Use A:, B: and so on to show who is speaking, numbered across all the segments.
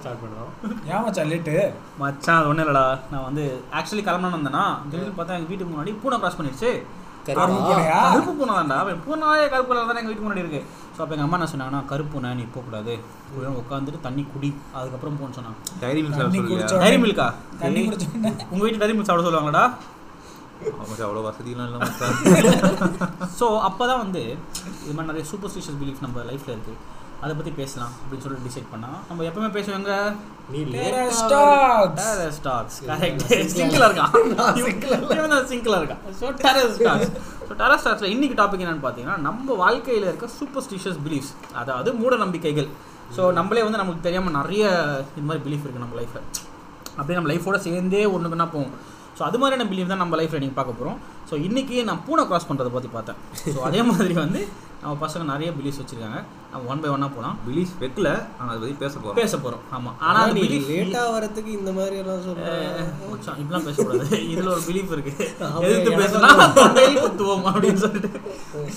A: Start பண்ணுவோம்
B: ஏன் மச்சான் லேட்டு
C: மச்சான் அது ஒன்றும் இல்லைடா நான் வந்து ஆக்சுவலி கிளம்பணும் வந்தேன்னா திடீர்னு பார்த்தா எங்கள் வீட்டுக்கு முன்னாடி பூனை கிராஸ் பண்ணிடுச்சு
B: கருப்பு பூனையா?
C: கருப்பு பூனை தான்டா அவன் பூனாவே கருப்பு கலர் தானே எங்கள் வீட்டுக்கு முன்னாடி இருக்கு ஸோ அப்போ எங்கள் அம்மா என்ன சொன்னாங்கன்னா கருப்பு பூனை நீ போகக்கூடாது உட்காந்துட்டு தண்ணி குடி அதுக்கப்புறம் போன்னு சொன்னான்
D: டைரி மில்க்
B: தண்ணி
D: சொல்லுங்க
B: குடிச்சா-
C: டைரி மில்கா
B: தண்ணி குடிச்ச உடனே
C: உங்க வீட்டு டைரி மில்க் சாப்பிட சொல்லுவாங்களாடா
D: நமக்கு அவ்வளோ வசதியெல்லாம் இல்லை மச்சா
C: ஸோ அப்போ தான் வந்து இது மாதிரி நிறைய சூப்பர்ஸ்டிஷியஸ் பிலீஃப் நம்ம லைஃப்பில் இருக்குது அதை பற்றி பேசலாம் அப்படின்னு சொல்லிட்டு டிசைட் பண்ணால் நம்ம எப்பவுமே பேசுவாங்க
A: நீ
B: Terrace
A: லேட்டா
B: talks.
C: டேரஸ் டாக்ஸ்
A: இல்ல,
C: கரெக்ட்
A: நான் single
C: சிங்கிளாக இருக்கான்
A: நான் single ஆ இல்ல.
C: இவன் சிங்கிளாக இருக்கான் so Terrace Talks so Terrace டாக்ஸில் இன்னைக்கு டாபிக் என்னன்னு பார்த்தீங்கன்னா நம்ம வாழ்க்கையில் இருக்க சூப்பர்ஸ்டிஷியஸ் பிலீஃப்ஸ் அதாவது மூட நம்பிக்கைகள் ஸோ நம்மளே வந்து நமக்கு தெரியாமல் நிறைய இது மாதிரி பிலீஃப் இருக்குது நம்ம லைஃப்பில் அப்படியே நம்ம லைஃபோட சேர்ந்தே ஒன்றுக்குன்னா போவோம் ஸோ அது மாதிரியான பிலீஃப் தான் நம்ம லைஃப்பில் நீங்கள் பார்க்க போகிறோம் ஸோ இன்றைக்கி நான் பூனை கிராஸ் பண்ணுறதை பற்றி பார்த்தேன் ஸோ அதே மாதிரி வந்து நம்ம பசங்க நிறைய பிலீஃப்ஸ் வச்சுருக்காங்க நம்ம ஒன் பை ஒன்னாக போகலாம்
D: பிலீஃப் வெக்கல ஆனால் அதை பற்றி பேச போகிறோம்
C: பேச போகிறோம் ஆமாம்
A: ஆனா
C: ஆனால்
A: நீ லேட்டா வரதுக்கு இந்த மாதிரி எல்லாம் சொல்றேன்
C: இப்பெல்லாம் பேசக்கூடாது இதுல ஒரு பிலீஃப் இருக்கு
A: ஆமா,
C: எதிர்த்து
A: எனக்கு
C: பேசினா தொண்டையில் குத்துவோம் அப்படின்னு சொல்லிட்டு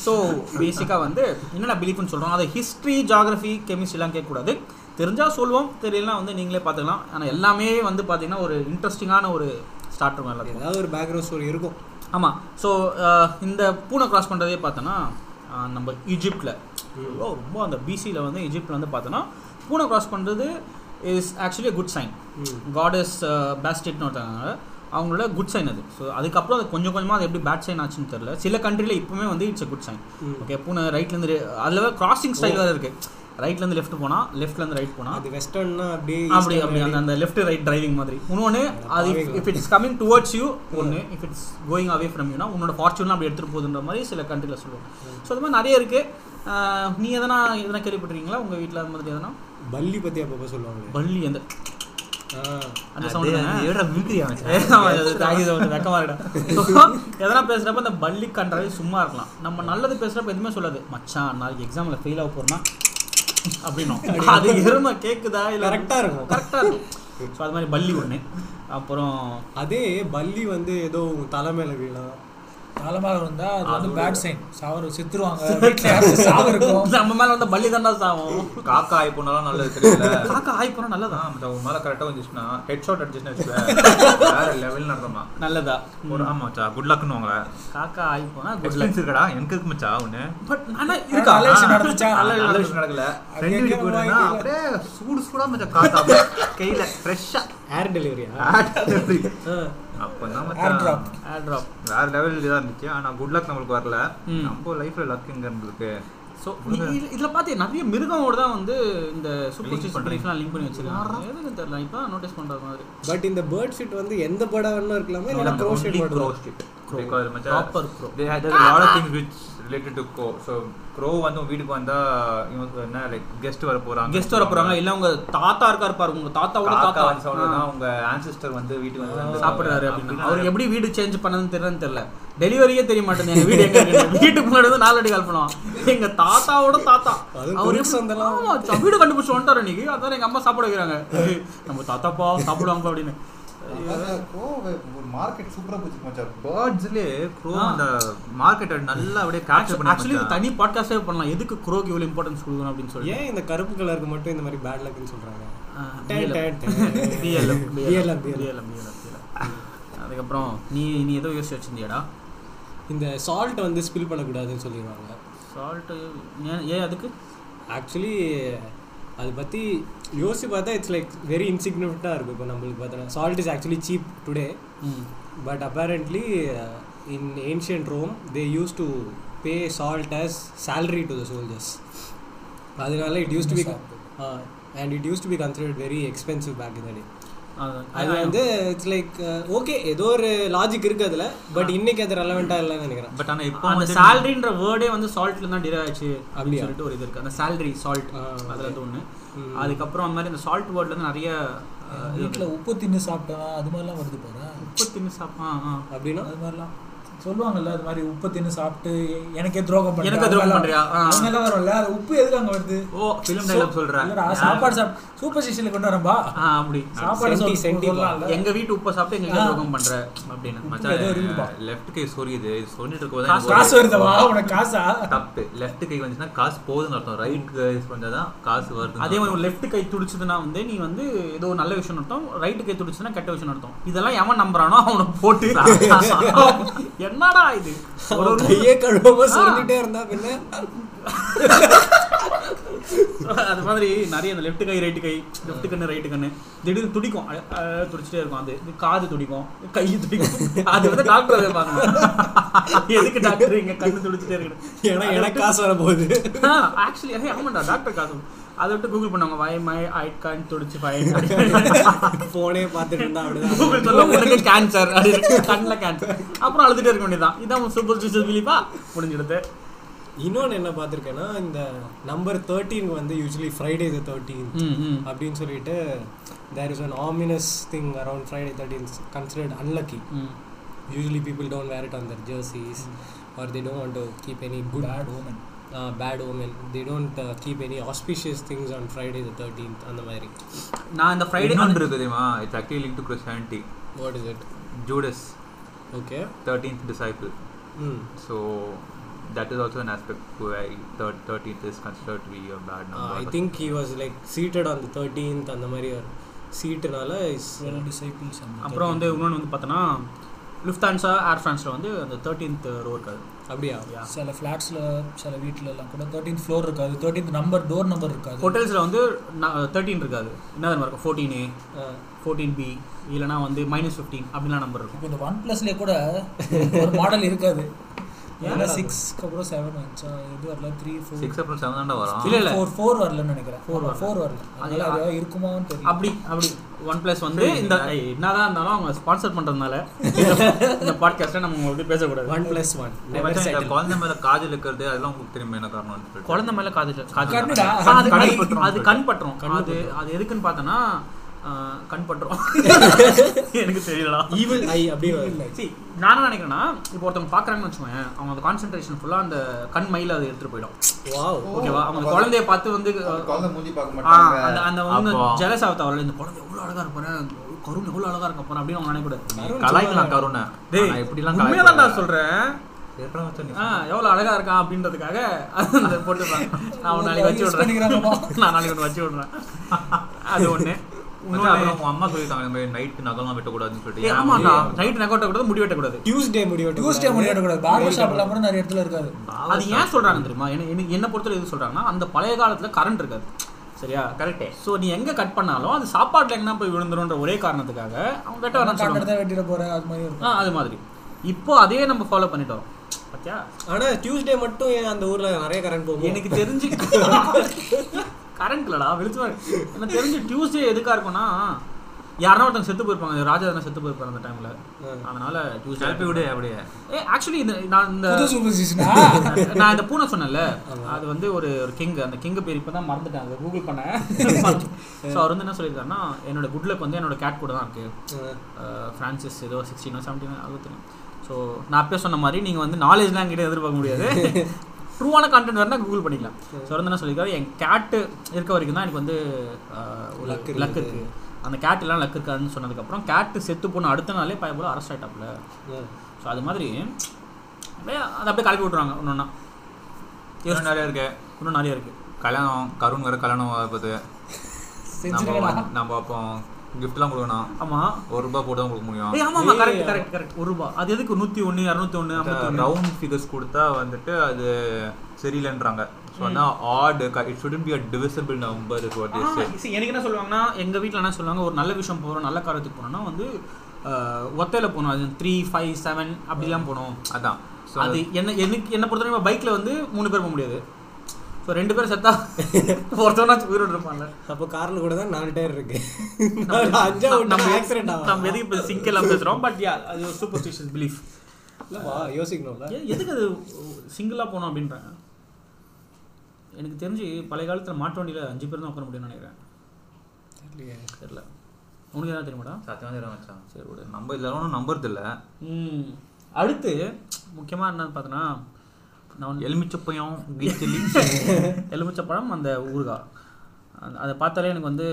C: ஸோ பேசிக்காக வந்து என்னென்ன பிலீஃப்னு சொல்கிறோம் அதை ஹிஸ்ட்ரி ஜாகிரஃபி கெமிஸ்ட்ரிலாம் கேட்கக்கூடாது தெரிஞ்சால் சொல்லுவோம் தெரியலனா வந்து நீங்களே பார்த்துக்கலாம் ஆனால் எல்லாமே வந்து பார்த்தீங்கன்னா ஒரு இன்ட்ரெஸ்டிங்கான ஒரு ஸ்டார்ட் இருக்கும் எல்லாத்துக்கும்
A: ஏதாவது ஒரு பேக்ரவுண்ட் ஸ்டோரி இருக்கும்
C: ஆமாம் ஸோ uh, இந்த பூனை கிராஸ் பண்ணுறதே பார்த்தோன்னா அஹ், uh, நம்ம ஈஜிப்டில் ரொம்ப அந்த பிசியில் வந்து ஈஜிப்டில் வந்து பார்த்தோன்னா பூனை கிராஸ் பண்ணுறது is actually good sign goddess பேஸ்டெட்னு uh, ஒருத்தவங்க அவங்களோட குட் சைன் அது ஸோ அதுக்கப்புறம் அது கொஞ்சம் கொஞ்சமாக அது எப்படி பேட் சைன் ஆச்சுன்னு தெரியல சில கண்ட்ரியில் இப்போவுமே வந்து it's a good sign okay பூனை ரைட்லேருந்து அதில் வேறு கிராசிங் ஸ்டைல் வேறு இருக்குது ரைட்லேருந்து லெஃப்ட் போனால் லெஃப்ட்லேருந்து ரைட் போனால்
A: அது வெஸ்டர்ன்னா அப்படியே
C: அப்படி அப்படி அந்த அந்த லெஃப்ட் ரைட் டிரைவிங் மாதிரி இன்னொன்று அது if it's coming towards you ஒன்று if it's going away from யூனா உன்னோட ஃபார்ச்சூன் அப்படி எடுத்துகிட்டு போகுதுன்ற மாதிரி சில கண்ட்ரியில் சொல்லுவாங்க ஸோ அது மாதிரி நிறைய இருக்குது நீ எதனா எதனா கேள்விப்பட்டிருக்கீங்களா உங்கள் வீட்டில் அது மாதிரி எதனா
A: பல்லி பத்தி அப்பப்ப சொல்லுவாங்களே
C: பள்ளி அந்த
A: ஆ.
C: அந்த சவுண்ட் தானே
D: ஏடா மில்ட்ரி
C: ஏய், ஆமா, அது தாங்கி இது வந்து வெக்கமா இருக்குடா. So, எதனா பேசுறப்ப அந்த பள்ளி கன்றாவே சும்மா இருக்கலாம் நம்ம நல்லது பேசுறப்ப எதுவுமே சொல்லாது மச்சான் நாளைக்கு எக்ஸாம்ல ஃபெயில் ஆக போறேன்னா அப்படின்னும் அது எருமை கேக்குதா இல்ல
A: Correct ஆ இருக்கும்.
C: கரெக்டா இருக்கும் ஸோ அது மாதிரி பள்ளி ஒண்ணு அப்புறம்
A: அதே பல்லி வந்து ஏதோ உன் தலை மேல விழலாம்
B: காலமாக இருந்தா அது வந்து பேட் சைன் சாவர் செத்துருவாங்க வீட்டுல யாராவது சாவு இருக்கும்
C: நம்ம மேல வந்து பள்ளி தாண்டா சாவும்
D: காக்கா ஆகி போனாலும் நல்லது தெரியல
C: காக்கா ஆய் போனா நல்லதா
D: அதான் மச்சான், உன் மேல கரெக்டாக வந்துச்சுன்னா ஹெட் ஷாட் அடிச்சுன்னா வச்சுக்க வேற லெவல் நடந்தமா
C: நல்லதா
D: ஒரு ஆமா மச்சா குட் லக்னு வாங்கள
C: காக்கா ஆய் போனா குட்
D: எக்ஸ்பீரியன்ஸ் இருக்கடா எனக்கு இருக்கு மச்சா ஒன்று
C: பட் ஆனா
B: இருக்கா?
C: இருக்கா
B: நல்ல விஷயம் நடந்துச்சா?
C: நல்ல
D: நல்ல
C: நல்ல
D: விஷயம் நடக்கல
B: அது
D: ரெண்டு
B: எங்கேயோ
D: வீடு போயிருந்தா
B: வாங்கிக்கல.
D: அப்படியே சூடு சூடா மச்சா காத்தா அப்படியே கையில ஃப்ரெஷ்ஷா
A: ஏர் டெலிவரியா
D: அப்பதான்
B: Air drop.
D: மச்சான்
C: ட்ராப்
D: வேற லெவல் இதா இருந்துச்சு ஆனா குட் லக் நம்மளுக்கு வரல
C: ம்.
D: நம்ம லைஃப்ல லக் எங்க இருந்திருக்கு
C: ஸோ இதில் பார்த்து நிறைய மிருகமோட தான் வந்து இந்த சூப்பர் ஸ்டிஷன்
D: பண்றீங்க.
C: பிலீஃப்லாம் லிங்க் பண்ணி வச்சிருக்காங்க எதுக்கு தெரியல இப்போ நோட்டீஸ் பண்ணுற மாதிரி
A: பட் இந்த பேர்ட் ஷீட் வந்து எந்த பேர்டா வேணா இருக்கலாமா இல்ல க்ரோ ஷீட் மட்டும்
C: Crow.
D: because மச்சான்
C: proper bro
D: they had there's a lot of things which related to crow so crow வந்து உன் வீட்டுக்கு வந்தா இவங்க என்ன லைக் கெஸ்ட் வர போறாங்க
C: கெஸ்ட் வர போறாங்க இல்ல உங்க தாத்தா இருக்காரு பாரு உங்க தாத்தாவோட
D: காக்கா
C: தாத்தா
D: வந்து sound வந்தா உங்க ancestor வந்து வீட்டுக்கு வந்து வந்து
C: சாப்பிடுறாரு அப்படின்னு அவர் எப்படி வீடு சேஞ்ச் பண்ணதுன்னு தெரியலன்னு தெரியல டெலிவரியே தெரிய மாட்டேங்குது எங்க வீடு எங்க இருக்குன்னு. வீட்டுக்கு முன்னாடி வந்து நாலு அடி கால் பண்ணுவான் எங்க தாத்தாவோட தாத்தா
A: அது
C: அவர்
A: குருட்டு
C: எப்படி-
A: சந்தெல்லாம்.
C: ஆமா, ச- வீடு கண்டுபிடிச்சு வந்துட்டாரு இன்னைக்கு அதான் எங்க அம்மா சாப்பிட வைக்கிறாங்க ஏய், நம்ம தாத்தாப்பா சாப்பிடுவாங்க அப்படின்னு
D: மார்க்கெட் சூப்பரா போச்சு மச்சான் பேர்ட்ஸ்லயே க்ரோ அந்த மார்க்கெட் நல்லா அப்படியே கேப்சர் பண்ணி
C: ஆக்சுவலி தனி பாட்காஸ்டே பண்ணலாம் எதுக்கு குரோக்கு இவ்வளவு இம்பார்ட்டன்ஸ் கொடுக்கணும் அப்படின்னு சொல்லி
A: ஏன் இந்த கருப்பு கலருக்கு மட்டும் இந்த மாதிரி பேட் லக்னு சொல்றாங்க
C: ஆஹ்,
A: டே,
C: BLM.
A: டே, டே.
C: BLM, BLM,
A: BLM.
C: BLM, BLM. அதுக்கப்புறம் நீ நீ ஏதோ யோசிச்சு வச்சிருந்தியாடா
A: இந்த சால்ட் வந்து ஸ்பில் பண்ணக்கூடாதுன்னு சொல்லிடுவாங்க
C: சால்ட்டு ஏன் ஏன் அதுக்கு
A: ஆக்சுவலி அது பற்றி யோசிச்சு பார்த்தா இட்ஸ் லைக் வெரி இன்சிக்னிஃபிகண்ட்டாக இருக்கும் இப்போ நம்மளுக்கு பார்த்தோன்னா salt is actually cheap today but apparently in ancient Rome they used to pay salt as salary to the soldiers அதனால it used to be uh, and it used to be considered very expensive back in the day அது வந்து it's like okay ஏதோ ஒரு logic இருக்குது அதில் but இன்னைக்கு அது ரெலவெண்ட்டாக இல்லைன்னு நினைக்கிறேன்
D: பட் ஆனா இப்போ
C: அந்த
D: வந்து
C: சேலரின்ற வேர்டே வந்து சால்ட்ல தான் டிரைவ் ஆச்சு அப்படின்னு
A: அப்படியா?
C: சொல்லிட்டு ஒரு இது இருக்கு அந்த salary சால்ட்
A: ஆ,
C: அதுல வந்து ஒண்ணு
A: ம்.
C: அதுக்கப்புறம் அந்த மாதிரி அந்த சால்ட் வேர்ட்ல இருந்து நிறைய
B: வீட்டுல உப்பு தின்னு சாப்பிட்டவன் அது மாதிரிலாம் வருது பாரு
C: உப்பு தின்னு சாப்பான்
A: அப்படின்னா
B: அது மாதிரிலாம் சொல்லுவாங்கல்ல அது மாதிரி உப்பு தின்னு சாப்பிட்டு எ- எனக்கே துரோகம் பண்றியா?
C: எனக்கே துரோகம்
B: அவங்கெல்லாம்
C: பண்றியா? ஆ.
B: அவங்கெல்லாம் வரும்ல அது உப்பு எதுக்கு அங்க வருது
C: ஓ
D: ஃபிலிம்
B: சோ-
D: டைலாக் சொல்றேன்
B: இல்லடா, சாப்பாடு சாப்பிட்டு சூப்பர் ஸ்டேஷன்ல கொண்டு வரம்பா
C: ஆ அப்படி
B: சாப்பாடு
A: சென்டி-
B: சொல்~
A: சென்டி
B: சொல்லலாம்ல.
C: எங்க வீட்டு உப்பை சாப்பிட்டு எங்க
B: ஆ.
C: துரோகம் பண்ற அப்படின்னு
D: மச்சான்
B: ஏதோ இருக்குப்பா.
D: லெஃப்ட் கை சொரியுது இது சொன்னிட்டு இருக்கும்
C: காசு-
B: காசு வருதவா உனக்கு காசா
D: தப்பு லெஃப்ட் கை வந்துச்சுன்னா காசு போகுதுன்னு அர்த்தம் ரைட் கை வந்தாதான் காசு வருது
C: அதே மாதிரி லெஃப்ட் கை துடிச்சதுன்னா வந்து நீ வந்து ஏதோ நல்ல விஷயம் அர்த்தம் ரைட் கை துடிச்சதுன்னா கெட்ட விஷயம் அர்த்தம் இதெல்லாம் எவன் நம்புறானோ அவனை போட்டு என்னடா இது ஒரு ஒரு-
A: கையே கழுவாம
C: ஆ.
A: சொல்லிட்டே இருந்தா பின்ன
C: அது மாதிரி நிறைய அந்த லெஃப்ட் கை ரைட் கை லெஃப்ட் கண்ணு ரைட் கண்ணு திடீர்னு துடிக்கும் அ- அ, துடிச்சிட்டே இருக்கும் அது இது காது துடிக்கும் கை துடிக்கும் அது வந்து டாக்டர் பாருங்க எதுக்கு டாக்டர் இங்க கண்ணு துடிச்சிட்டே இருக்கு
A: ஏன்னா எனக்கு காசு வர போகுது
C: ஆக்சுவலி அதே ஆமாண்டா டாக்டர் காசு அதை விட்டு கூகுள் பண்ணவங்க வாய் மாய் ஐட் கான் துடிச்சு பாய்
A: போனே பார்த்துட்டு இருந்தா அப்படிதான்
C: கூகுள் சொல்ல உங்களுக்கு கேன்சர் அப்படின்னு கண்ணுல கேன்சர் அப்புறம் அழுதுட்டே இருக்க வேண்டியதான் இதான் சூப்பர் ஸ்டிஷியஸ் பிலீஃபா முடிஞ்சிடுது
A: இன்னொன்று என்ன பார்த்துருக்கேன்னா இந்த நம்பர் தேர்ட்டீன் வந்து யூஸ்வலி ஃப்ரைடே த தேர்ட்டீன்
C: ம் ம்
A: அப்படின்னு சொல்லிட்டு there is an ominous thing around Friday thirteen considered unlucky
C: ம்
A: usually people don't wear it on their jerseys or they don't want to keep any good
B: Bad woman.
A: Bad omen they don't keep any auspicious things on Friday the thirteenth அந்த மாதிரி
C: நான் இந்த Friday
D: இன்னொன்று இருக்கு தெரியுமா it's actually link to Christianity
A: what is it
D: Judas
A: okay
D: thirteenth disciple
A: ம்
D: so that is also an aspect thirteenth is considered to be a bad
C: Ah,
A: I
D: number
A: think he was like seated on the thirteenth அந்த மாதிரி ஒரு சீட்டுனால is
B: Twelve disciples and
C: அப்புறம் வந்து இன்னொன்று வந்து பார்த்தோன்னா லுஃப்தான்ஸா ஏர் ஃப்ரான்ஸில் வந்து அந்த தேர்ட்டீன்த் ரோ இருக்காது
A: அப்படியா
B: சில ஃப்ளாட்ஸில் சில வீட்ல எல்லாம் கூட தேர்ட்டீன்த் ஃப்ளோர் இருக்காது தேர்ட்டீன்த் நம்பர் டோர் நம்பர் இருக்காது
C: ஹோட்டல்ஸில் வந்து தேர்ட்டீன் இருக்காது என்ன தெரியுமா இருக்கும் ஃபோர்டீன் ஏ ஃபோர்டீன் பி இல்லைனா வந்து மைனஸ் ஃபிஃப்டீன் அப்படிலாம் நம்பர் இருக்கும்
B: இப்போ இந்த ஒன் ப்ளஸ்லேயே கூட ஒரு மாடல் இருக்காது ஏன்னா சிக்ஸ்க்கு அப்புறம் செவன் வந்துச்சா இது வரல த்ரீ ஃபோர்
D: சிக்ஸ் அப்புறம் செவன் தாண்டா வரும்
C: இல்ல, இல்ல.
B: ஃபோர் ஃபோர் வரலன்னு நினைக்கிறேன் ஃபோர் வரல ஃபோர் வரல
C: அது-
B: அதனால அது ஏதாவது இருக்குமான்னு தெரியல
C: அப்படி அப்படி ஒன் ப்ளஸ் வந்து இந்த ஐய், என்னதான் இருந்தாலும் அவங்க ஸ்பான்சர் பண்ணுறதுனால இந்த பாட்காஸ்ட்டை நம்ம உங்களை வந்து பேசக்கூடாது
A: ஒன் ப்ளஸ் ஒன் நெவர்
D: மச்சான், இந்த குழந்தை மேல காஜல் இருக்கிறது அதெல்லாம் உங்களுக்கு தெரியுமா என்ன காரணம்னு சொல்லிட்டு.
C: குழந்தை மேல காது காது
B: கண்ணுடா.
C: ஆ, அது
D: கண்
C: கண்
D: பற்றும்.
C: அது கண் பற்றும் அது அது எதுக்குன்னு பார்த்தோன்னா ஆ, கண் பற்றும் எனக்கு தெரியலடா
A: ஈவில் ஐ அப்படி
C: See, நான் என்ன நினைக்கிறேன்னா இப்போ ஒருத்தவங்க பார்க்குறாங்கன்னு வச்சுக்கோங்க அவங்க அந்த கான்சென்ட்ரேஷன் ஃபுல்லாக அந்த கண் மயில அதை எடுத்துகிட்டு போயிடும்
A: வாவ்
C: ஓகேவா அவங்க குழந்தைய பார்த்து வந்து
E: அந்த குழந்தை மூஞ்சி பார்க்க
C: ஆ,
E: மாட்டாங்க
C: அந்த அந்த வந்து
D: அப்போ-
C: ஜெலஸ் ஆகுது அவர்கள் இந்த குழந்தை எவ்வளோ அழகா இருப்பாரு கருண் எவ்வளோ அழகா இருக்க போறேன் அப்படின்னு அவங்க நினைக்கூடாது
D: கலாய்க்கலாம் கருணை
C: டேய்
D: ஆனா இப்படிலாம்
C: உண்மையாதான்
D: கலாய்க்கலாம்
C: நான் சொல்றேன்
D: எப்படா மச்சான் நீ
C: ஆ எவ்வளோ அழகா இருக்கான் அப்படின்றதுக்காக அந்த போட்டுருப்பாங்க நான் அவன் நாளைக்கு வச்சு
B: use பண்ணிக்கிறாங்க
C: விடுறேன் நான் நாளைக்கு ஒன்று வச்சு விடுறேன் அது ஒண்ணு
D: மச்சான்,
C: இன்னொன்று
D: அப்புறம் உன் அம்மா சொல்லிட்டாங்க இந்த மாதிரி நைட் நகலாம் வெட்டக்கூடாதுன்னு
C: ஏய்,
D: சொல்லிட்டு
C: ஆமாண்டா நைட் நெக் கூடாது முடி வெட்டக்கூடாது
A: டியூஸ்டே முடிவட்டு
B: டியூஸ்டே முடியாது கூடாது பார்பர் ஷாப்லாம் கூட நிறைய இடத்துல இருக்காது
C: அது ஏன் சொல்றாங்க தெரியுமா என்ன- எனக்கு என்ன பொறுத்தவரை எது சொல்றாங்கன்னா அந்த பழைய காலத்துல கரண்ட் இருக்காது சரியா
D: கரெக்டே
C: ஸோ நீ எங்க கட் பண்ணாலும் அது சாப்பாட்டுல எங்கன்னா போய் விழுந்துரும்ன்ற ஒரே காரணத்துக்காக அவங்க வெட்ட வேணாம்னு சொல்லுவாங்க
B: கண்டத்தை வெட்டிட போறேன் அது மாதிரி இருக்கும்
C: ஆ அது மாதிரி இப்போ அதே நம்ம ஃபாலோ பண்ணிட்டோம் பாத்தியா
A: ஆனா டியூஸ்டே மட்டும் ஏன் அந்த ஊர்ல நிறைய கரண்ட் போகும்
C: எனக்கு தெரிஞ்சு கரண்ட் இல்லடா வெளிச்சமா இருக்கு. எனக்கு தெரிஞ்சு டியூஸ்டே எதுக்கா இருக்கும்னா யாருன்னா ஒருத்தங்க செத்து போயிருப்பாங்க ராஜா எதனா செத்து போயிருப்பாங்க அந்த டைம்ல அதனால டியூஸ்டே
D: கிளப்பி விடு அப்படியே
C: ஏ ஆக்சுவலி இந்த நான் இந்த
B: புது சூப்பர் சீசனா
C: நான் இந்த பூனை சொன்னேன்ல அது வந்து ஒரு ஒரு கிங் அந்த கிங் பேர் இப்போ தான் மறந்துட்டேன் அதை கூகுள் பண்ணேன் ஸோ அவர் வந்து என்ன சொல்லியிருக்காருன்னா என்னோட குட் லக் வந்து என்னோட கேட் கூட தான் இருக்கு அஹ், ஃப்ரான்சிஸ் ஏதோ சிக்ஸ்டீனோ செவன்டீனோ அது தெரியும் ஸோ நான் அப்பயே சொன்ன மாதிரி நீங்கள் வந்து நாலேஜ்லாம் என்கிட்ட எதிர்பார்க்க முடியாது ட்ரூவான கான்டென்ட் வேணா கூகுள் பண்ணிக்கலாம் ஸோ வந்து என்ன சொல்லியிருக்காரு என் கேட்டு இருக்க வரைக்கும் தான் எனக்கு வந்து அஹ், ஒரு
A: Luck இருக்குது.
C: லக் இருக்கு அந்த cat எல்லாம் லக் இருக்காதுன்னு சொன்னதுக்கப்புறம் கேட்டு செத்து போன அடுத்த நாளே பயபோல அரெஸ்ட் ஆயிட்டாப்ல ஸோ அது மாதிரி அப்படியே அதை அப்படியே கலப்பி விட்ருவாங்க ஒன்று ஒன்றா
D: இன்னும் நிறைய இருக்கு
C: இன்னும் நிறைய இருக்குது
D: கல்யாணம் கருண் வேற கல்யாணம் ஆகுது நம்ம
B: செஞ்சிருக்கா
D: வந்து- நம்ம அப்போ கிஃப்ட்லாம் கொடுக்கணும்
C: ஆமாம்
D: ஒரு ரூபாய் போட்டு தான் கொடுக்க முடியும்
C: ஏய் ஆமாம் ஆமாம்
A: ஏய்,
C: கரெக்ட் கரெக்ட் கரெக்ட் ஒரு ரூபா அது எதுக்கு நூற்றி ஒன்று இரநூத்தி ஒன்று ஐம்பத்தொன்று
D: ரவுண்ட் ஃபிகர்ஸ் கொடுத்தா வந்துட்டு அது சரியில்லைன்றாங்க ஸோ ஆனால் odd it shouldn't be a divisible number is what is
C: எனக்கு என்ன சொல்லுவாங்கன்னா எங்கள் வீட்டில் என்ன சொல்லுவாங்க ஒரு நல்ல விஷயம் போகிறோம் நல்ல காரியத்துக்கு போனோம்னா வந்து ஒத்தையில் போகணும் அது த்ரீ ஃபைவ் செவன் அப்படிலாம் போகணும்
D: அதான் ஸோ
C: அது என்ன எனக்கு என்ன பொறுத்தவரைக்கும் பைக்கில் வந்து மூணு பேர் போக முடியாது ஸோ ரெண்டு பேரும் செத்தா ஒருத்தவனாச்சும் உயிரோடு இருப்பான்ல
A: அப்போ கார்ல கூட தான் நாலு டயர் இருக்கு நாலு அஞ்சாவது
C: நம்ம
A: ஆக்சிடென்ட்
C: நம்ம எதுக்கு இப்போ சிங்கெல்லாம் பேசுகிறோம் பட் யா அது சூப்பர் ஸ்டிஷியஸ் பிலீஃப்
A: இல்லவா யோசிக்கணும்ல
C: ஏன் எதுக்கு அது சிங்கிளாக போகணும் அப்படின்றாங்க எனக்கு தெரிஞ்சு பழைய காலத்தில் மாட்டு வண்டியில் அஞ்சு பேர் தான் உட்கார முடியும்னு நினைக்கிறேன் தெரியல உனக்கு எதாவது தெரியுமாடா
D: சத்தியமாக மச்சான் சரி விடு நம்ம இதெல்லாம் ஒன்றும் நம்புறது இல்லை
C: ம் அடுத்து முக்கியமாக என்னன்னு பார்த்தோன்னா நான் எலுமிச்சப்பையும் வீச்சலி எலுமிச்சப்பழம் அந்த ஊறுகாய் அந்த- அதை பார்த்தாலே எனக்கு வந்து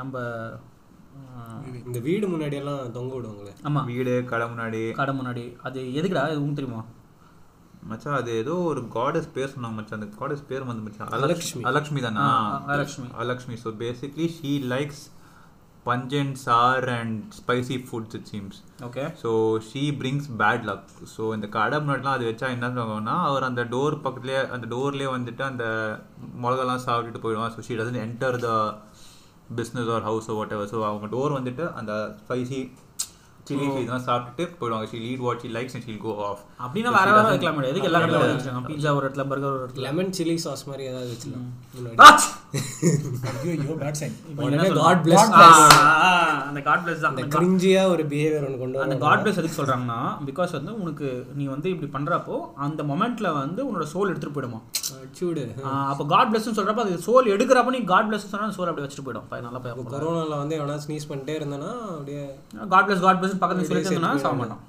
C: நம்ம
A: இந்த வீடு முன்னாடி எல்லாம் தொங்க விடுவாங்களே
C: ஆமாம்
D: வீடு கடை முன்னாடி
C: கடை முன்னாடி அது எதுக்குடா இது உங்களுக்கு தெரியுமா
D: மச்சான் அது ஏதோ ஒரு காடஸ் பேர் சொன்னாங்க மச்சான் அந்த காடஸ் பேர் வந்து மச்சான் அலக்ஷ்மி
A: அலக்ஷ்மி.
D: அலக்ஷ்மி தானா
C: ஆ, Alakshmi.
D: Alakshmi so basically she likes pungent sour and spicy foods it seems
C: okay
D: so she brings bad luck so இந்த கடை முன்னாடிலாம் அது வச்சா என்ன பண்ணுவாங்கன்னா அவர் அந்த டோர் பக்கத்துலேயே அந்த டோர்லேயே வந்துட்டு அந்த மிளகாலாம் சாப்பிட்டுட்டு போயிடுவான் so she doesn't enter the business or house whatever so அவங்க டோர் வந்துட்டு அந்த ஸ்பைசி சில்லி இதெல்லாம் சாப்பிட்டுட்டு போயிடுவாங்க she lead what she likes and she'll go off
C: அப்படின்னா வேற வேற வைக்கலாம் முடியாது எதுக்கு எல்லா கடையிலும் வச்சிருக்காங்க பீஸா ஒரு இடத்துல பர்கர் ஒரு இடத்துல
A: லெமன் சில்லி சாஸ் மாதிரி ஏதாவது வச்சுக்கலாம் முன்னாடி
C: ஆச்!
B: ஐயோ ஐயோ பேட் சைன்
A: உடனே காட் பிளஸ்
C: ஆ, ஆ, அந்த காட் பிளஸ் தான்
A: அந்த கிரிஞ்சியா ஒரு பிஹேவியர் ஒன்று கொண்டு
C: அந்த
A: வரும்
C: காட் பிளஸ் எதுக்கு சொல்றாங்கன்னா பிகாஸ் வந்து உனக்கு நீ வந்து இப்படி பண்றப்போ அந்த மொமெண்ட்ல வந்து உன்னோட சோல் எடுத்துட்டு போயிடுமா
A: சூடு
C: ஆ, அப்போ காட் பிளஸ்னு சொல்றப்ப அது சோல் எடுக்கிறப்ப நீ காட் பிளஸ் சொன்னா சோல் அப்படியே வச்சுட்டு போயிடும் பா- நல்லா போய்
A: கொரோனால வந்து எவனா ஸ்னீஸ் பண்ணிட்டே இருந்தேன்னா அப்படியே
C: காட் பிளஸ் காட் பிளஸ் பக்கத்துல சொல்லிட்டு இருந்தா சாப்பிட மாட்டோம்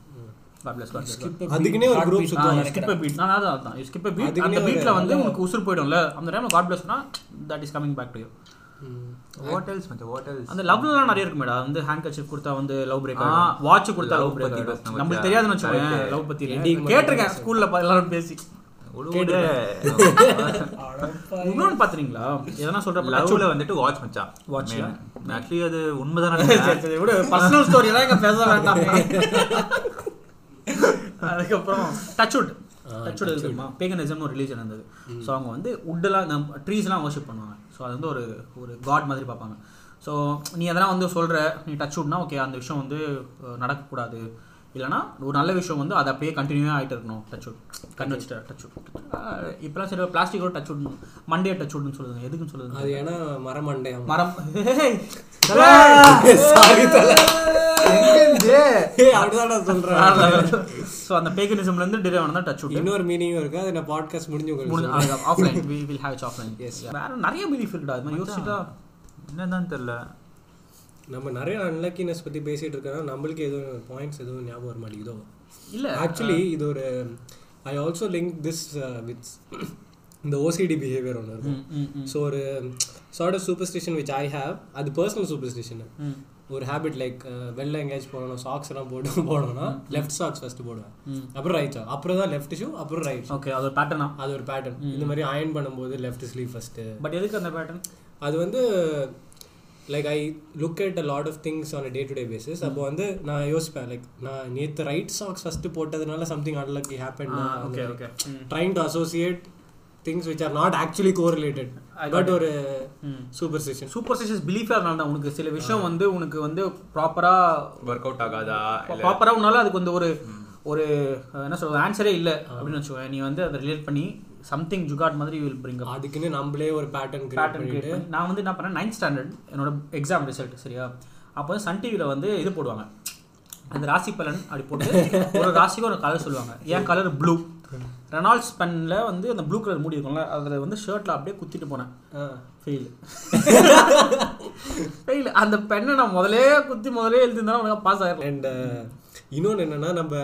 C: காட் பிளஸ் காட் பிளஸ்
A: அதுக்குன்னே ஒரு குரூப் சுத்துவாங்க
C: ஸ்கிப் பீட் நான் அதான் அதான் ஸ்கிப் பீட் அந்த பீட்ல வந்து உனக்கு உசுர் போயிடும்ல அந்த டைம்ல காட் பிளஸ்னா that is coming back to you
D: hotels மச்சா ஹோட்டல்ஸ்
C: அந்த லவ்லாம் நிறைய இருக்கு மேடம் வந்து ஹேண்ட் கட்சி கொடுத்தா வந்து லவ் பிரேக்
D: ஆ,
C: வாட்ச் கொடுத்தா
D: love
C: லவ் பிரேக்
D: பத்தி
C: ஆயிடும்
D: பேசணும்
C: நம்மளுக்கு
D: பாத்தியா?
C: தெரியாதுன்னு வச்சுக்கோங்க லவ் பத்தி இல்ல.
A: Ending மட்டும்
C: கேட்டிருக்கேன் ஸ்கூல்ல எல்லாரும் பேசி இன்னொன்னு பாத்துறீங்களா எதனா சொல்றப்ப
D: லவ்ல வந்துட்டு வாட்ச் மச்சான்
C: Watch ஆ?
D: ஆக்சுவலி அது உண்மைதான்
C: விட பர்சனல் ஸ்டோரி தான் இங்க பேச வேண்டாம் அதுக்கப்புறம் டச்வுட் டச்வுட் இருக்குமா பேகனிசம்னு ஒரு ரிலீஜன் இருந்தது ஸோ அவங்க வந்து உட்டெல்லாம் நம்ம ட்ரீஸ்லாம் வர்ஷிப் பண்ணுவாங்க ஸோ அது வந்து ஒரு ஒரு காட் மாதிரி பார்ப்பாங்க ஸோ நீ எதனா வந்து சொல்கிற நீ டச்வுட்னா ஓகே அந்த விஷயம் வந்து அஹ், நடக்கக்கூடாது இல்லைனா ஒரு நல்ல விஷயம் வந்து அது அப்படியே கண்டினியூவாக ஆகிட்டு இருக்கணும் டச்வுட் கண் வச்சுட்டு டச்வுட் இப்போலாம் சரி பிளாஸ்டிக்கோட டச்வுட் மண்டே டச்வுட்னு சொல்லுதுங்க எதுக்குன்னு சொல்லுதுங்க
A: அது ஏன்னா மரமண்டையம்
C: மரம்
A: அப்படிதான் சொல்றேன்
C: ஸோ அந்த பேகனிசம்ல இருந்து டிரைவ் ஆனதா டச் விட்டு
A: இன்னொரு மீனிங்கும் இருக்கு அது நான் பாட்காஸ்ட் முடிஞ்சு உங்களுக்கு சொல்றேன்.
C: முடிஞ்சு offline we will have offline வேற நிறைய பிலீஃப் இருக்குடா அது மாதிரி யோசிச்சுட்டா
D: என்னதான் தெரியல
A: நம்ம நிறைய அன்லக்கினஸ் பத்தி பேசிட்டு இருக்கோம் நம்மளுக்கு எதுவும் பாயிண்ட்ஸ் எதுவும் ஞாபகம் வர மாட்டேங்குதோ
C: இல்ல
A: ஆக்சுவலி இது ஒரு I also link this with இந்த ஓசிடி பிஹேவியர் ஒன்று இருக்கும்
C: ம், ம், ம்.
A: ஸோ ஒரு sort of superstition which I have அது பர்சனல் சூப்பர்ஸ்டிஷன்
C: ம்.
A: ஒரு ஹேபிட் லைக் வெளில எங்கேயாச்சும் போனோம் சாக்ஸ் எல்லாம் போட்டு போனோம்னா லெஃப்ட் சாக்ஸ் ஃபர்ஸ்ட் போடுவேன் அப்புறம் ரைட் சாக்ஸ் அப்புறம் தான் லெஃப்ட் ஷூ அப்புறம் ரைட்
C: ஓகே அது ஒரு பேட்டர்னா
A: அது ஒரு பேட்டர்ன் இந்த மாதிரி அயன் பண்ணும்போது லெஃப்ட் ஸ்லீவ் ஃபர்ஸ்ட்
C: பட் எதுக்கு அந்த பேட்டர்ன்
A: அது வந்து like I look at a lot of things on day to day basis அப்போ வந்து நான் யோசிப்பேன் லைக் நான் நேற்று ரைட் சாக்ஸ் ஃபர்ஸ்ட் போட்டதுனால something unlucky happen
C: okay okay
A: trying to associate things which are not actually correlated but ஒரு superstition
C: super ஸ்டிஷஸ் பிலீஃபா இருந்தாலும் தான் உனக்கு சில விஷயம் வந்து உனக்கு வந்து ப்ராப்பரா
D: ஒர்க் அவுட் ஆகாதா
C: ப்ராப்பரா உன்னால அதுக்கு வந்து ஒரு ஒரு அஹ், என்ன சொல்றது ஆன்சரே இல்ல அப்படின்னு வச்சுக்கோ நீ வந்து அதை ரிலேட் பண்ணி சம்திங் ஜுகாட் மாதிரி வில் பிரிங்
A: அதுக்குன்னு நம்மளே ஒரு பேட்டர்ன் கிரியேட்
C: பேட்டர்ன்
A: பண்ணிட்டு
C: நான் வந்து என்ன பண்ணேன் நைன்த் ஸ்டாண்டர்ட் என்னோட எக்ஸாம் ரிசல்ட் சரியா அப்போ வந்து சன் டிவியில் வந்து இது போடுவாங்க அந்த ராசி பலன் அப்படி போட்டு ஒரு ராசிக்கு ஒரு கலர் சொல்லுவாங்க என் கலர் ப்ளூ ரெனால்ட்ஸ் பென்னில் வந்து அந்த ப்ளூ கலர் மூடி இருக்கும்ல அதில் வந்து ஷர்ட்டில் அப்படியே குத்திட்டு போனேன் ஃபெயில் ஃபெயில் அந்த பெண்ணை நான் முதலே குத்தி முதலே எழுதிருந்தாலும் உனக்கு பாஸ் ஆகிருக்கலாம்
A: அண்ட் இன்னொன்று uh, என்னன்னா நம்ம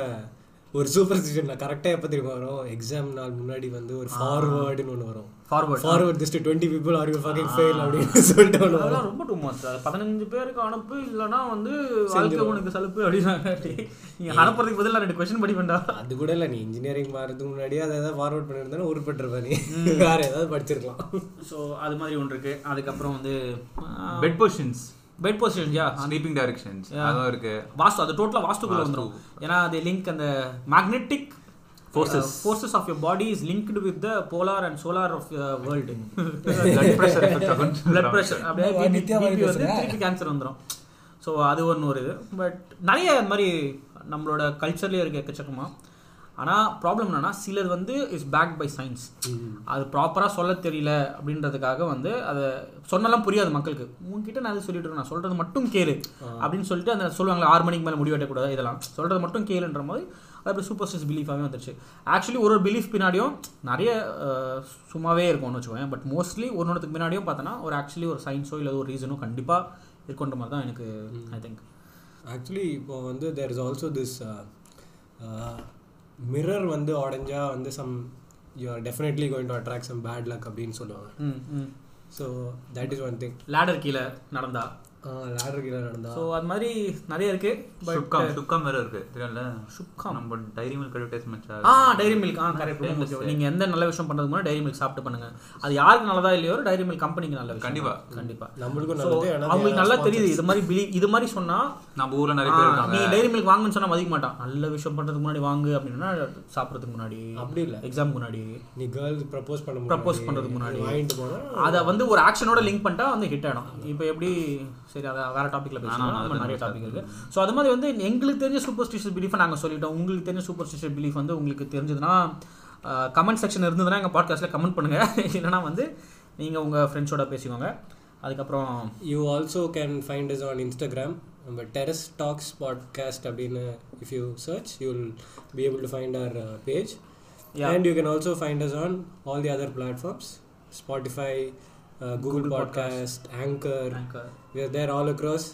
A: ஒரு சூப்பர் ஸ்டிஷன்ல கரெக்டாக எப்போ தெரியுமா வரும் எக்ஸாம் நாள் முன்னாடி வந்து ஒரு ஃபார்வேர்டுன்னு ஒன்று வரும்
C: forward
A: forward just twenty people are you fucking fail அப்படின்னு சொல்லிட்டு ஒன்று வரும்
C: அதெல்லாம் ரொம்ப டூ மச் பதினஞ்சு பேருக்கு அனுப்பு இல்லைன்னா வந்து வாழ்க்கை உனக்கு சலுப்பு அப்படின்னு நீ அனுப்புறதுக்கு பதிலா ரெண்டு கொஸ்டின் படி வேண்டாம்
A: அது கூட இல்லை நீ இன்ஜினியரிங் மாறதுக்கு முன்னாடியே அதை ஏதாவது ஃபார்வர்ட் பண்ணியிருந்தானே உருப்பட்டிருப்ப நீ வேற ஏதாவது படிச்சிருக்கலாம்
C: ஸோ அது மாதிரி ஒன்று இருக்கு அதுக்கப்புறம் வந்து
D: bed positions
C: bed position yeah
D: sleeping directions அதான் இருக்கு
C: வாஸ்து அது டோட்டலாக வாஸ்துக்குள்ள வந்துடும் ஏன்னா அது லிங்க் அந்த uh, magnetic forces forces of your body is linked with the polar and solar of world
D: blood pressure effect ஆகும்னு
C: பிளட்
D: சொல்றாங்க.
C: ப்ரெஷர் அப்படியே
B: என்னவா
C: BP
B: நித்யா மாதிரி
C: BP வந்து
B: பேசுற?
C: திருப்பி கேன்சர் வந்துடும் ஸோ அது ஒன்று ஒரு இது பட் நிறைய இந்த மாதிரி நம்மளோட கல்ச்சர்லேயே இருக்கு எக்கச்சக்கமாக ஆனால் ப்ராப்ளம் என்னன்னா சிலர் வந்து இஸ் பேக் பை சயின்ஸ் அது ப்ராப்பராக சொல்ல தெரியல அப்படின்றதுக்காக வந்து அதை சொன்னலாம் புரியாது மக்களுக்கு உங்ககிட்ட நான் எது சொல்லிட்டு இருக்கேன், நான் சொல்கிறது மட்டும் கேளு அப்படின்னு சொல்லிட்டு அந்த சொல்லுவாங்களே ஆறு மணிக்கு மேலே முடிவெட்டக்கூடாது இதெல்லாம் சொல்கிறது மட்டும் கேளுன்ற மாதிரி அது அப்படி சூப்பர்ஸ்டிஸ் பிலீஃபாகவே வந்துருச்சு ஆக்சுவலி ஒரு ஒரு பிலீஃப் பின்னாடியும் நிறைய அஹ், சும்மாவே இருக்கும்னு வச்சுக்கோங்க பட் மோஸ்ட்லி ஒரு ஒன்றுத்துக்கு பின்னாடியும் பார்த்தோன்னா ஒரு ஆக்சுவலி ஒரு சயின்ஸோ இல்லை ஒரு ரீசனோ கண்டிப்பாக இருக்குன்ற மாதிரி தான் எனக்கு ஐ திங்க்
A: ஆக்சுவலி இப்போ வந்து there is also this mirror uh, வந்து உடஞ்சா வந்து some you are definitely going to attract some bad luck அப்படின்னு சொல்லுவாங்க
C: ம் ம்
A: so that is one thing
C: ladder கீழே நடந்தா
A: லேடர் கீழே நடந்தா
C: ஸோ அது மாதிரி நிறைய இருக்கு பட்
D: சுப்காம் சுப்காம் வேற இருக்கு தெரியும்ல
C: சுப்காம்.
D: நம்ம டைரி மில்க் அட்வர்டைஸ்மெண்ட்
C: ஆ டைரி மில்க் ஆ கரெக்ட் நீங்க எந்த நல்ல விஷயம் பண்றதுக்கு முன்னாடி டைரி மில்க் சாப்பிட்டு பண்ணுங்க அது யாருக்கு நல்லதா இல்லையோ டைரி மில்க் கம்பெனிக்கு நல்ல விஷயம்
D: கண்டிப்பா.
C: கண்டிப்பா So,
A: நம்மளுக்கும் நல்லது ஏன்னா
C: அவங்களுக்கு நல்லா தெரியுது இது மாதிரி பிலி இது மாதிரி சொன்னா
D: நம்ம ஊர்ல நிறைய
C: ஆ,
D: பேர்
C: நீ
D: இருக்காங்க
C: டைரி மில்க் வாங்குன்னு சொன்னா மதிக்க மாட்டான் நல்ல விஷயம் பண்றதுக்கு முன்னாடி வாங்கு அப்படின்னா சாப்பிடறதுக்கு முன்னாடி
A: அப்படி இல்லை
C: எக்ஸாம் முன்னாடி
A: நீ கேர்ள் ப்ரப்போஸ் பண்ண
C: Propose
A: முன்னாடி,
C: பண்றதுக்கு முன்னாடி.
A: நீ வாங்கிட்டு போனால்
C: அதை வந்து ஒரு ஆக்ஷனோட லிங்க் பண்ணிட்டா வந்து ஹிட் ஆயிடும் இப்போ எப்படி சரி அதை வேற டாப்பிக்ல பேசலாம் நம்ம நிறைய டாபிக் இருக்கு ஸோ அது மாதிரி வந்து எங்களுக்கு தெரிஞ்ச சூப்பர்ஸ்டிஷியஸ் பிலீஃபை நாங்கள் சொல்லிட்டோம் உங்களுக்கு தெரிஞ்ச சூப்பர்ஸ்டிஷியஸ் பிலீஃப் வந்து உங்களுக்கு தெரிஞ்சதுன்னா கமெண்ட் செக்ஷன் இருந்ததுன்னா எங்கள் பாட்காஸ்ட்டில் கமெண்ட் பண்ணுங்க இல்லைனா வந்து நீங்கள் உங்கள் ஃப்ரெண்ட்ஸோட பேசிக்கோங்க அதுக்கப்புறம்
A: you also can find us on Instagram நம்ம டெரஸ் டாக்ஸ் பாட்காஸ்ட் அப்படின்னு if you search you will be able to find our page
C: Yeah.
A: And you can also find us on all the other platforms Spotify Google podcast Anchor there all across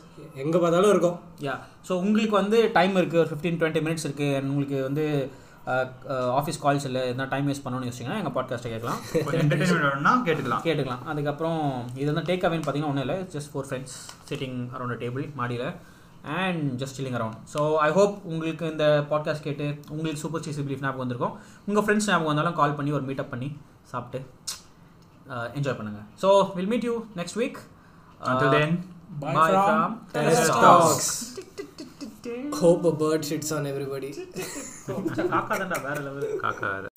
A: எங்கே பார்த்தாலும் இருக்கும்
C: yeah so உங்களுக்கு வந்து time இருக்குது ஒரு fifteen twenty minutes இருக்குது and உங்களுக்கு வந்து uh, ஆஃபீஸ் கால்ஸ் இல்லை எதனா டைம் வேஸ்ட் பண்ணணும்னு யோசிச்சிங்கன்னா எங்கள் பாட்காஸ்ட்டை கேட்கலாம்
D: என்டர்டைன்மெண்ட் வேணும்னா கேட்டுக்கலாம்
C: கேட்டுக்கலாம் அதுக்கப்புறம் இது வந்து டேக் அவேன்னு பார்த்தீங்கன்னா ஒன்றும் இல்லை just four friends sitting around table மாடியில் and just chilling around so I hope உங்களுக்கு இந்த பாட்காஸ்ட் கேட்டு உங்களுக்கு சூப்பர் சீஸ் பிலீஃப் ஞாபகம் வந்திருக்கும் உங்கள் ஃப்ரெண்ட்ஸ் ஞாபகம் வந்தாலும் கால் பண்ணி ஒரு மீட்டப் பண்ணி சாப்பிட்டு uh, என்ஜாய் பண்ணுங்கள் so will meet you next week Uh,
D: Until then,
B: Bye from
A: Terrace Talks. Hope a bird shits on everybody
C: காக்கா தான்டா வேற லெவல்
D: காக்கா வேற